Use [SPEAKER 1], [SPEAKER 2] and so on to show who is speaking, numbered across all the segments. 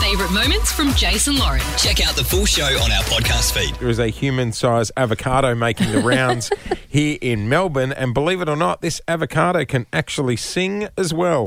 [SPEAKER 1] favourite moments from Jason Lauren.
[SPEAKER 2] Check out the full show on our podcast feed.
[SPEAKER 3] There is a human sized avocado making the rounds here in Melbourne. And believe it or not, this avocado can actually sing as well.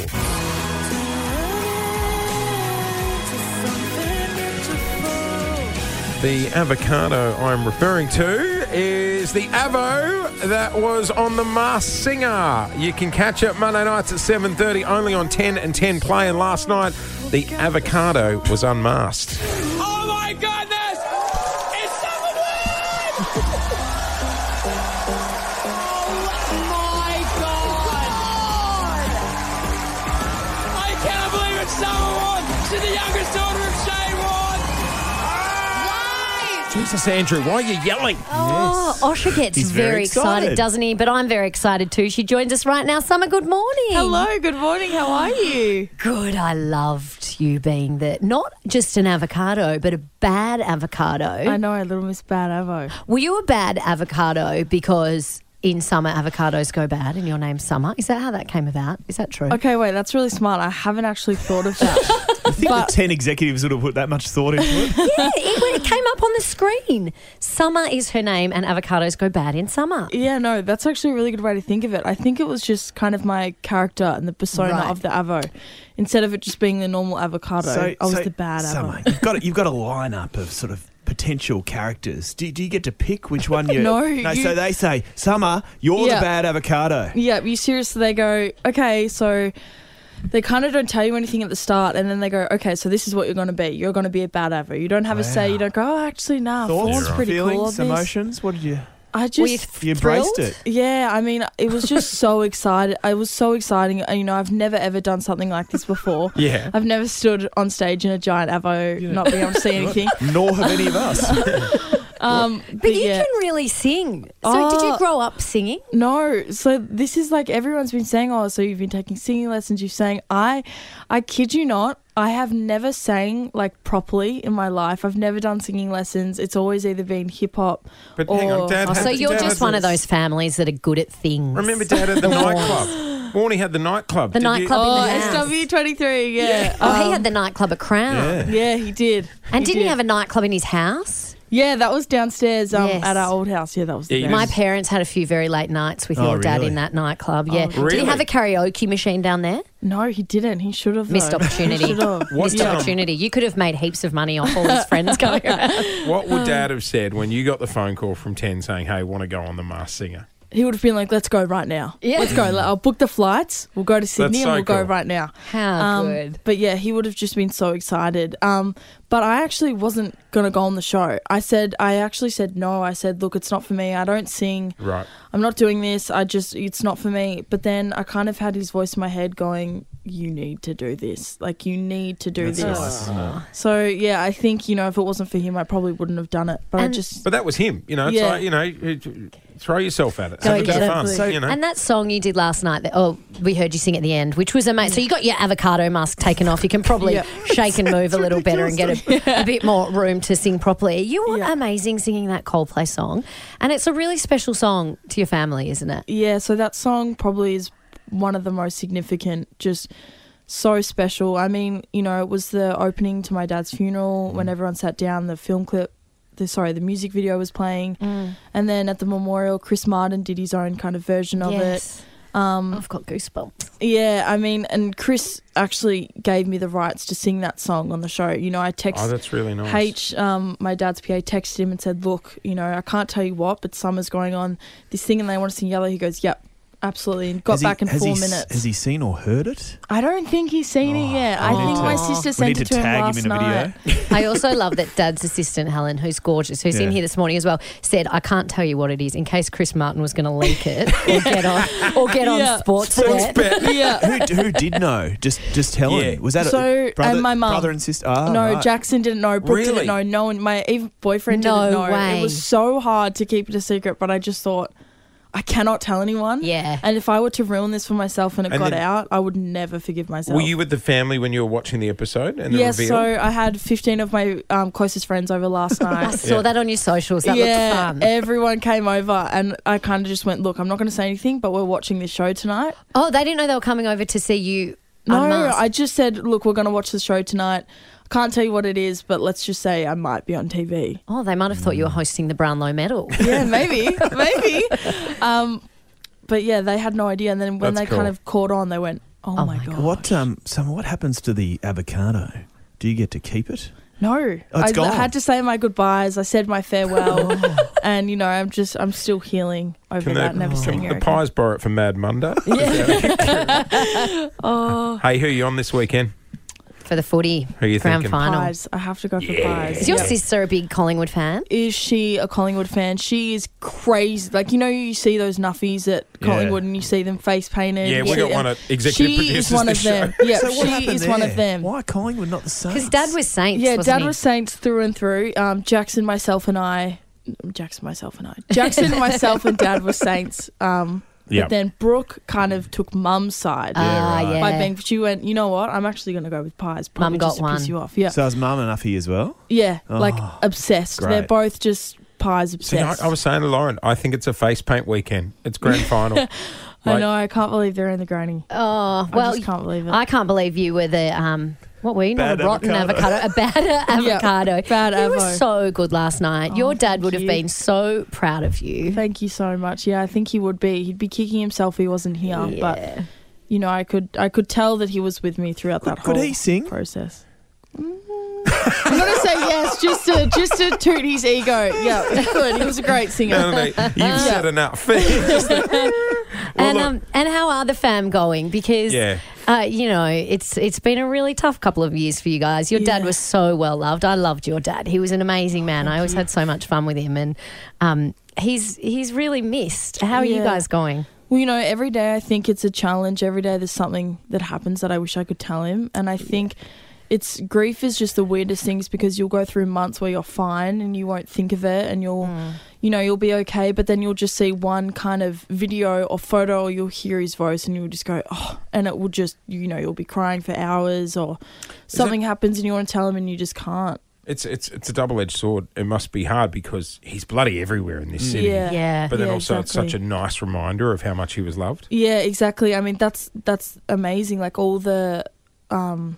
[SPEAKER 3] The avocado I'm referring to is the Avo that was on The Masked Singer. You can catch it Monday nights at 7.30, only on 10 and 10 play. And last night, the avocado was unmasked.
[SPEAKER 4] Oh my goodness! It's Summer oh my god! I can't believe it's Summer Ward! She's the youngest daughter of Shane Ward!
[SPEAKER 3] Jesus, Andrew, why are you yelling?
[SPEAKER 5] Oh, Osha gets
[SPEAKER 6] He's
[SPEAKER 5] very,
[SPEAKER 6] very
[SPEAKER 5] excited,
[SPEAKER 6] excited.
[SPEAKER 5] doesn't he? But I'm very excited too. She joins us right now. Summer, good morning.
[SPEAKER 7] Hello, good morning. How are you?
[SPEAKER 5] Good. I loved you being there. Not just an avocado, but a bad avocado.
[SPEAKER 7] I know, Little Miss Bad Avo.
[SPEAKER 5] Were you a bad avocado because in summer avocados go bad and your name's Summer? Is that how that came about? Is that true?
[SPEAKER 7] Okay, wait, that's really smart. I haven't actually thought of that.
[SPEAKER 6] I think
[SPEAKER 7] But-
[SPEAKER 6] the 10 executives would have put that much thought into it.
[SPEAKER 5] Yeah, it, it came up on the screen. Summer is her name and avocados go bad in summer.
[SPEAKER 7] yeah, no, that's actually a really good way to think of it. I think it was just kind of my character and the persona
[SPEAKER 5] Right.
[SPEAKER 7] of the Avo. Instead of it just being the normal avocado, I was the bad
[SPEAKER 6] Summer,
[SPEAKER 7] Avo.
[SPEAKER 6] you've got, a, you've got a lineup of sort of potential characters. Do, do you get to pick which one you...
[SPEAKER 7] No,
[SPEAKER 6] No,
[SPEAKER 7] you-
[SPEAKER 6] so they say, Summer, you're
[SPEAKER 7] Yeah.
[SPEAKER 6] the bad avocado.
[SPEAKER 7] Yeah, you seriously, they go, okay, so they kind of don't tell you anything at the start, and then they go, okay, so this is what you're going to be. You're going to be a bad Avo. You don't have a say. You
[SPEAKER 6] Wow.
[SPEAKER 7] don't go, oh, actually, nah,
[SPEAKER 6] Thoughts,
[SPEAKER 7] Fawn's pretty cool.
[SPEAKER 6] feelings,
[SPEAKER 7] on this."
[SPEAKER 6] emotions? What did you...
[SPEAKER 7] I
[SPEAKER 5] Were you
[SPEAKER 7] just
[SPEAKER 6] You embraced
[SPEAKER 5] thrilled?
[SPEAKER 6] it.
[SPEAKER 7] Yeah, I mean, it was just so excited. It was so exciting. You know, I've never ever done something like this before.
[SPEAKER 3] Yeah.
[SPEAKER 7] I've never stood on stage in a giant avo, not being able to see anything.
[SPEAKER 6] Nor have any of us.
[SPEAKER 7] Um, but,
[SPEAKER 5] But you
[SPEAKER 7] yeah,
[SPEAKER 5] can really sing. So did you
[SPEAKER 7] Oh.
[SPEAKER 5] grow up singing?
[SPEAKER 7] no. So this is like everyone's been saying. Oh, so you've been taking singing lessons. You've sang. I, I kid you not. I have never sang like properly in my life. I've never done singing lessons. It's always either been hip hop.
[SPEAKER 3] But hang on,
[SPEAKER 7] or-
[SPEAKER 3] Dad
[SPEAKER 5] Oh,
[SPEAKER 3] had-
[SPEAKER 5] so
[SPEAKER 3] Dad
[SPEAKER 5] you're
[SPEAKER 3] had
[SPEAKER 5] just one
[SPEAKER 3] the-
[SPEAKER 5] of those families that are good at things.
[SPEAKER 3] Remember Dad at the nightclub? Warnie had the nightclub.
[SPEAKER 5] The
[SPEAKER 3] Did you-
[SPEAKER 5] nightclub in
[SPEAKER 7] Oh,
[SPEAKER 5] the house.
[SPEAKER 7] SW twenty three. Yeah.
[SPEAKER 5] Oh, he
[SPEAKER 7] Um,
[SPEAKER 5] had the nightclub at Crown.
[SPEAKER 3] Yeah.
[SPEAKER 7] Yeah, he did.
[SPEAKER 5] And didn't
[SPEAKER 7] did.
[SPEAKER 5] he have a nightclub in his house?
[SPEAKER 7] Yeah, that was downstairs um,
[SPEAKER 5] Yes.
[SPEAKER 7] at our old house. Yeah, that was the
[SPEAKER 3] Yeah, you
[SPEAKER 7] best.
[SPEAKER 5] My
[SPEAKER 3] Yes.
[SPEAKER 5] parents had a few very late nights with
[SPEAKER 6] Oh,
[SPEAKER 5] your dad
[SPEAKER 6] really?
[SPEAKER 5] in that nightclub. Yeah. Did
[SPEAKER 3] Oh, Really?
[SPEAKER 5] he have a karaoke machine down there?
[SPEAKER 7] No, he didn't. He should have
[SPEAKER 5] Missed
[SPEAKER 7] though.
[SPEAKER 5] opportunity.
[SPEAKER 7] He should have.
[SPEAKER 3] What
[SPEAKER 5] Missed
[SPEAKER 3] time-
[SPEAKER 5] opportunity. You could have made heaps of money off all his friends going around.
[SPEAKER 3] What would Dad have said when you got the phone call from Ten saying, "Hey, want to go on the Masked Singer"?
[SPEAKER 7] He would have been like, "Let's go right now.
[SPEAKER 5] Yeah.
[SPEAKER 7] Let's go. Like, I'll book the flights. We'll go to Sydney
[SPEAKER 3] so
[SPEAKER 7] and we'll go
[SPEAKER 3] cool.
[SPEAKER 7] right now."
[SPEAKER 5] How
[SPEAKER 7] Um,
[SPEAKER 5] good.
[SPEAKER 7] But yeah, he would have just been so excited. Um, but I actually wasn't gonna go on the show. I said, I actually said no. I said, "Look, it's not for me. I don't sing.
[SPEAKER 3] Right.
[SPEAKER 7] I'm not doing this. I just, it's not for me." But then I kind of had his voice in my head going, "You need to do this. Like, you need to do
[SPEAKER 6] That's
[SPEAKER 7] this."
[SPEAKER 6] nice, isn't
[SPEAKER 3] Oh.
[SPEAKER 6] it?
[SPEAKER 7] So yeah, I think you know if it wasn't for him, I probably wouldn't have done it. But I
[SPEAKER 5] And-
[SPEAKER 7] just
[SPEAKER 3] But that was him. You know, it's
[SPEAKER 7] Yeah.
[SPEAKER 3] like, you know, it- it- throw yourself at it.
[SPEAKER 5] Go
[SPEAKER 3] Have a bit of
[SPEAKER 5] again.
[SPEAKER 3] fun.
[SPEAKER 7] Exactly.
[SPEAKER 3] you know.
[SPEAKER 5] And that song you did last night, that, oh, we heard you sing at the end, which was amazing. So you got your avocado mask taken off. You can probably
[SPEAKER 7] Yeah.
[SPEAKER 5] shake and move a little better and get a, a bit more room to sing properly. You were
[SPEAKER 7] Yeah.
[SPEAKER 5] amazing singing that Coldplay song. And it's a really special song to your family, isn't it?
[SPEAKER 7] yeah, so that song probably is one of the most significant. Just so special. I mean, you know, it was the opening to my dad's funeral when everyone sat down. The film clip, the sorry, the music video was playing, and then at the memorial, Chris Martin did his own kind of version of
[SPEAKER 5] yes. Oh.
[SPEAKER 7] it. Um,
[SPEAKER 5] I've got goosebumps.
[SPEAKER 7] yeah, I mean, and Chris actually gave me the rights to sing that song on the show. You know, I texted.
[SPEAKER 3] oh, that's really nice.
[SPEAKER 7] H, um, my dad's PA, texted him and said, "Look, you know, I can't tell you what, but summer's going on this thing, and they want to sing yellow." He goes, "Yep, absolutely," and got
[SPEAKER 6] Has he-
[SPEAKER 7] back in
[SPEAKER 6] has
[SPEAKER 7] four
[SPEAKER 6] he s-
[SPEAKER 7] minutes.
[SPEAKER 6] Has he seen or heard it?
[SPEAKER 7] I don't think he's seen it yet.
[SPEAKER 6] we
[SPEAKER 7] I
[SPEAKER 6] need
[SPEAKER 7] think my
[SPEAKER 6] to-
[SPEAKER 7] sister
[SPEAKER 6] we
[SPEAKER 7] sent
[SPEAKER 6] need
[SPEAKER 7] it
[SPEAKER 6] to
[SPEAKER 7] to him
[SPEAKER 6] tag
[SPEAKER 7] last
[SPEAKER 6] him in a video.
[SPEAKER 7] night.
[SPEAKER 5] I also love that Dad's assistant Helen, who's gorgeous, who's in
[SPEAKER 6] Yeah.
[SPEAKER 5] here this morning as well, said, "I can't tell you what it is in case Chris Martin was going to leak it or get on or get on
[SPEAKER 7] Yeah.
[SPEAKER 5] sports
[SPEAKER 3] Sports bet.
[SPEAKER 7] yeah.
[SPEAKER 6] who, who did know? Just just Helen.
[SPEAKER 3] Yeah.
[SPEAKER 6] Was that a-
[SPEAKER 7] So,
[SPEAKER 6] brother,
[SPEAKER 7] and my mum.
[SPEAKER 6] brother and sister? Ah,
[SPEAKER 7] no,
[SPEAKER 6] right.
[SPEAKER 7] Jackson didn't know. Brooke
[SPEAKER 3] Really?
[SPEAKER 7] didn't know. No one, my even boyfriend didn't
[SPEAKER 5] No
[SPEAKER 7] know.
[SPEAKER 5] way.
[SPEAKER 7] It was so hard to keep it a secret, but I just thought. I cannot tell anyone.
[SPEAKER 5] Yeah.
[SPEAKER 7] And if I were to ruin this for myself and it
[SPEAKER 3] And
[SPEAKER 7] got
[SPEAKER 3] then-
[SPEAKER 7] out, I would never forgive myself.
[SPEAKER 3] Were you with the family when you were watching the episode and the
[SPEAKER 7] Yes,
[SPEAKER 3] reveal?
[SPEAKER 7] so I had 15 of my um, closest friends over last
[SPEAKER 5] I
[SPEAKER 7] night.
[SPEAKER 5] saw that on your socials. That
[SPEAKER 7] yeah,
[SPEAKER 5] looked fun.
[SPEAKER 7] everyone came over, and I kind of just went, "Look, I'm not going to say anything, but we're watching this show tonight."
[SPEAKER 5] Oh, they didn't know they were coming over to see you
[SPEAKER 7] No,
[SPEAKER 5] Unmasked.
[SPEAKER 7] I just said, look, we're going to watch the show tonight. I can't tell you what it is, but let's just say I might be on TV.
[SPEAKER 5] Oh, they might have thought you were hosting the Brownlow Medal.
[SPEAKER 7] Mm. Yeah, maybe, maybe. Um, but yeah, they had no idea. And then when
[SPEAKER 3] That's
[SPEAKER 7] they kind
[SPEAKER 3] cool. uh,
[SPEAKER 7] of caught on, they went, oh,
[SPEAKER 5] Oh
[SPEAKER 7] my
[SPEAKER 5] my
[SPEAKER 7] God.
[SPEAKER 6] What um, Summer? What happens to the avocado? Do you get to keep it?
[SPEAKER 7] No.
[SPEAKER 6] Oh,
[SPEAKER 7] I,
[SPEAKER 6] it's gone.
[SPEAKER 7] I had to say my goodbyes. I said my farewell. and, you know, I'm just, I'm still healing over
[SPEAKER 3] the,
[SPEAKER 7] that, never seeing
[SPEAKER 3] Oh. can Oh.
[SPEAKER 7] her.
[SPEAKER 3] the
[SPEAKER 7] again.
[SPEAKER 3] pies borrow it for Mad Monday?
[SPEAKER 7] Oh,
[SPEAKER 3] hey, who are you on this weekend?
[SPEAKER 5] for the footy
[SPEAKER 3] Who you
[SPEAKER 5] grand
[SPEAKER 3] thinking?
[SPEAKER 5] final.
[SPEAKER 7] pies. I have to go for pies.
[SPEAKER 5] Is your
[SPEAKER 7] Yep.
[SPEAKER 5] sister a big Collingwood fan?
[SPEAKER 7] is she a Collingwood fan? She is crazy. Like you know, you see those nuffies at Collingwood, and you see them face painted.
[SPEAKER 3] Yeah, we
[SPEAKER 7] You see
[SPEAKER 3] got
[SPEAKER 7] them.
[SPEAKER 3] one at executive
[SPEAKER 7] She
[SPEAKER 3] producers
[SPEAKER 7] is one of
[SPEAKER 3] this show.
[SPEAKER 7] them. Yeah,
[SPEAKER 6] So what
[SPEAKER 7] she
[SPEAKER 6] happened
[SPEAKER 7] is one
[SPEAKER 6] there?
[SPEAKER 7] of them.
[SPEAKER 6] Why Collingwood, not the Saints?
[SPEAKER 5] Because dad was Saints.
[SPEAKER 7] Yeah,
[SPEAKER 5] wasn't
[SPEAKER 7] Dad
[SPEAKER 5] he?
[SPEAKER 7] was Saints through and through. Um, Jackson, myself, and I. Jackson, myself, and I. Jackson, myself, and Dad were Saints. Um,
[SPEAKER 3] Yeah.
[SPEAKER 7] But then Brooke kind of took Mum's side
[SPEAKER 5] Ah,
[SPEAKER 3] right.
[SPEAKER 5] yeah.
[SPEAKER 7] by being. She went, you know what? I'm actually going to go with pies.
[SPEAKER 5] Mum
[SPEAKER 7] probably
[SPEAKER 5] got
[SPEAKER 7] just to
[SPEAKER 5] one.
[SPEAKER 7] Piss you off. Yeah,
[SPEAKER 6] So is Mum and Uffy as well?
[SPEAKER 7] yeah. like
[SPEAKER 6] Oh,
[SPEAKER 7] obsessed. They're
[SPEAKER 6] great.
[SPEAKER 7] both just pies
[SPEAKER 3] See, I,
[SPEAKER 7] obsessed.
[SPEAKER 3] I was saying to Lauren, I think it's a face paint weekend. It's grand final.
[SPEAKER 7] I
[SPEAKER 3] Like-
[SPEAKER 7] know. I can't believe they're in the granny.
[SPEAKER 5] Oh, well,
[SPEAKER 7] I just can't believe it.
[SPEAKER 5] I can't believe you were the um. What were you? Not
[SPEAKER 6] Bad
[SPEAKER 5] a rotten avocado,
[SPEAKER 6] avocado.
[SPEAKER 5] a bad avocado.
[SPEAKER 7] bad
[SPEAKER 5] you were
[SPEAKER 7] avo. Oh,
[SPEAKER 5] so good last night. Your dad
[SPEAKER 7] thank
[SPEAKER 5] would have
[SPEAKER 7] you.
[SPEAKER 5] been so proud of you.
[SPEAKER 7] Thank you so much. Yeah, I think he would be. He'd be kicking himself if he wasn't here. But
[SPEAKER 5] Yeah.
[SPEAKER 7] you know, I could I could tell that he was with me throughout that whole
[SPEAKER 6] Could he sing?
[SPEAKER 7] process. I'm gonna say yes, just to just to toot his ego. Yeah, he could. He was a great singer.
[SPEAKER 3] no, no, no, you've said enough. Just like, Well,
[SPEAKER 5] and
[SPEAKER 3] look-
[SPEAKER 5] um, and how are the fam going? Because
[SPEAKER 3] Yeah.
[SPEAKER 5] uh, you know, it's it's been a really tough couple of years for you guys. Your dad
[SPEAKER 7] Yeah.
[SPEAKER 5] was so well loved. I loved your dad. He was an amazing man. I always had so much fun with him, and um, he's he's really missed. How are you
[SPEAKER 7] Yeah.
[SPEAKER 5] guys going?
[SPEAKER 7] Well, you know, every day I think it's a challenge. Every day there's something that happens that I wish I could tell him. And I think it's grief is just the weirdest things because you'll go through months where you're fine and you won't think of it and you'll, you know, you'll be okay. But then you'll just see one kind of video or photo or you'll hear his voice and you'll just go, oh, and it will just, you know, you'll be crying for hours or something happens and you want to tell him and you just can't.
[SPEAKER 3] it's it's it's a double edged sword. It must be hard because he's bloody everywhere in this city.
[SPEAKER 7] Yeah.
[SPEAKER 5] Yeah.
[SPEAKER 3] But then
[SPEAKER 7] Yeah,
[SPEAKER 3] also, it's such a
[SPEAKER 7] exactly.
[SPEAKER 3] nice reminder of how much he was loved.
[SPEAKER 7] Yeah, exactly. I mean, that's that's amazing. Like all the, um,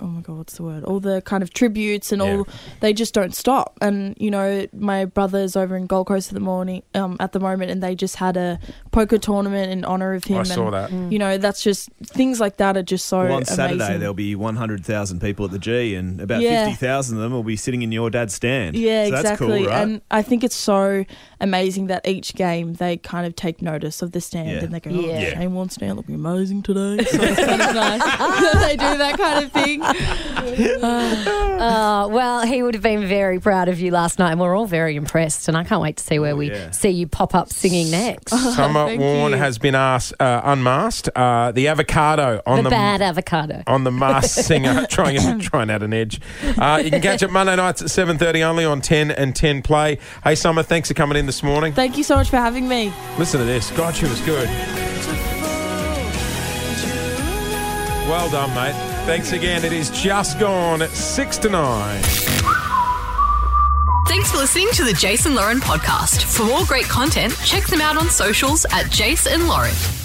[SPEAKER 7] oh my god, what's the word? All the kind of tributes and all
[SPEAKER 3] Yeah.
[SPEAKER 7] they just don't stop. And you know, my brother's over in Gold Coast at the morning, um, at the moment, and they just had a poker tournament in honor of him.
[SPEAKER 3] I
[SPEAKER 7] and,
[SPEAKER 3] saw that.
[SPEAKER 7] You know, that's just things like that are just so
[SPEAKER 6] One Saturday,
[SPEAKER 7] amazing.
[SPEAKER 6] there'll be 100,000 people at the G, and about
[SPEAKER 7] Yeah.
[SPEAKER 6] 50,000 of them will be sitting in your dad's stand.
[SPEAKER 7] Yeah,
[SPEAKER 6] so That's
[SPEAKER 7] exactly.
[SPEAKER 6] cool, right?
[SPEAKER 7] And I think it's so amazing that each game they kind of take notice of the stand
[SPEAKER 6] Yeah.
[SPEAKER 7] and they go,
[SPEAKER 5] Yeah.
[SPEAKER 7] oh,
[SPEAKER 5] Yeah.
[SPEAKER 7] Shane Warne's stand looking amazing today. So it's kind of nice. they do that kind of thing.
[SPEAKER 5] Oh, well, he would have been very proud of you last night, and we're all very impressed. And I can't wait to see where we
[SPEAKER 6] yeah.
[SPEAKER 5] see you pop up singing next.
[SPEAKER 3] Summer
[SPEAKER 7] Oh, thank
[SPEAKER 3] Warren
[SPEAKER 7] you.
[SPEAKER 3] has been asked, uh, unmasked. Uh, the avocado on
[SPEAKER 5] the,
[SPEAKER 3] the,
[SPEAKER 5] bad avocado.
[SPEAKER 3] on the masked singer trying and trying out an edge. Uh, you can catch it Monday nights at seven thirty only on ten and ten play. Hey Summer, thanks for coming in this morning.
[SPEAKER 7] Thank you so much for having me.
[SPEAKER 3] Listen to this. God, she was good. Well done, mate. Thanks again. It is just gone six to nine.
[SPEAKER 1] Thanks for listening to the Jason Lauren podcast. For more great content, check them out on socials at Jason Lauren.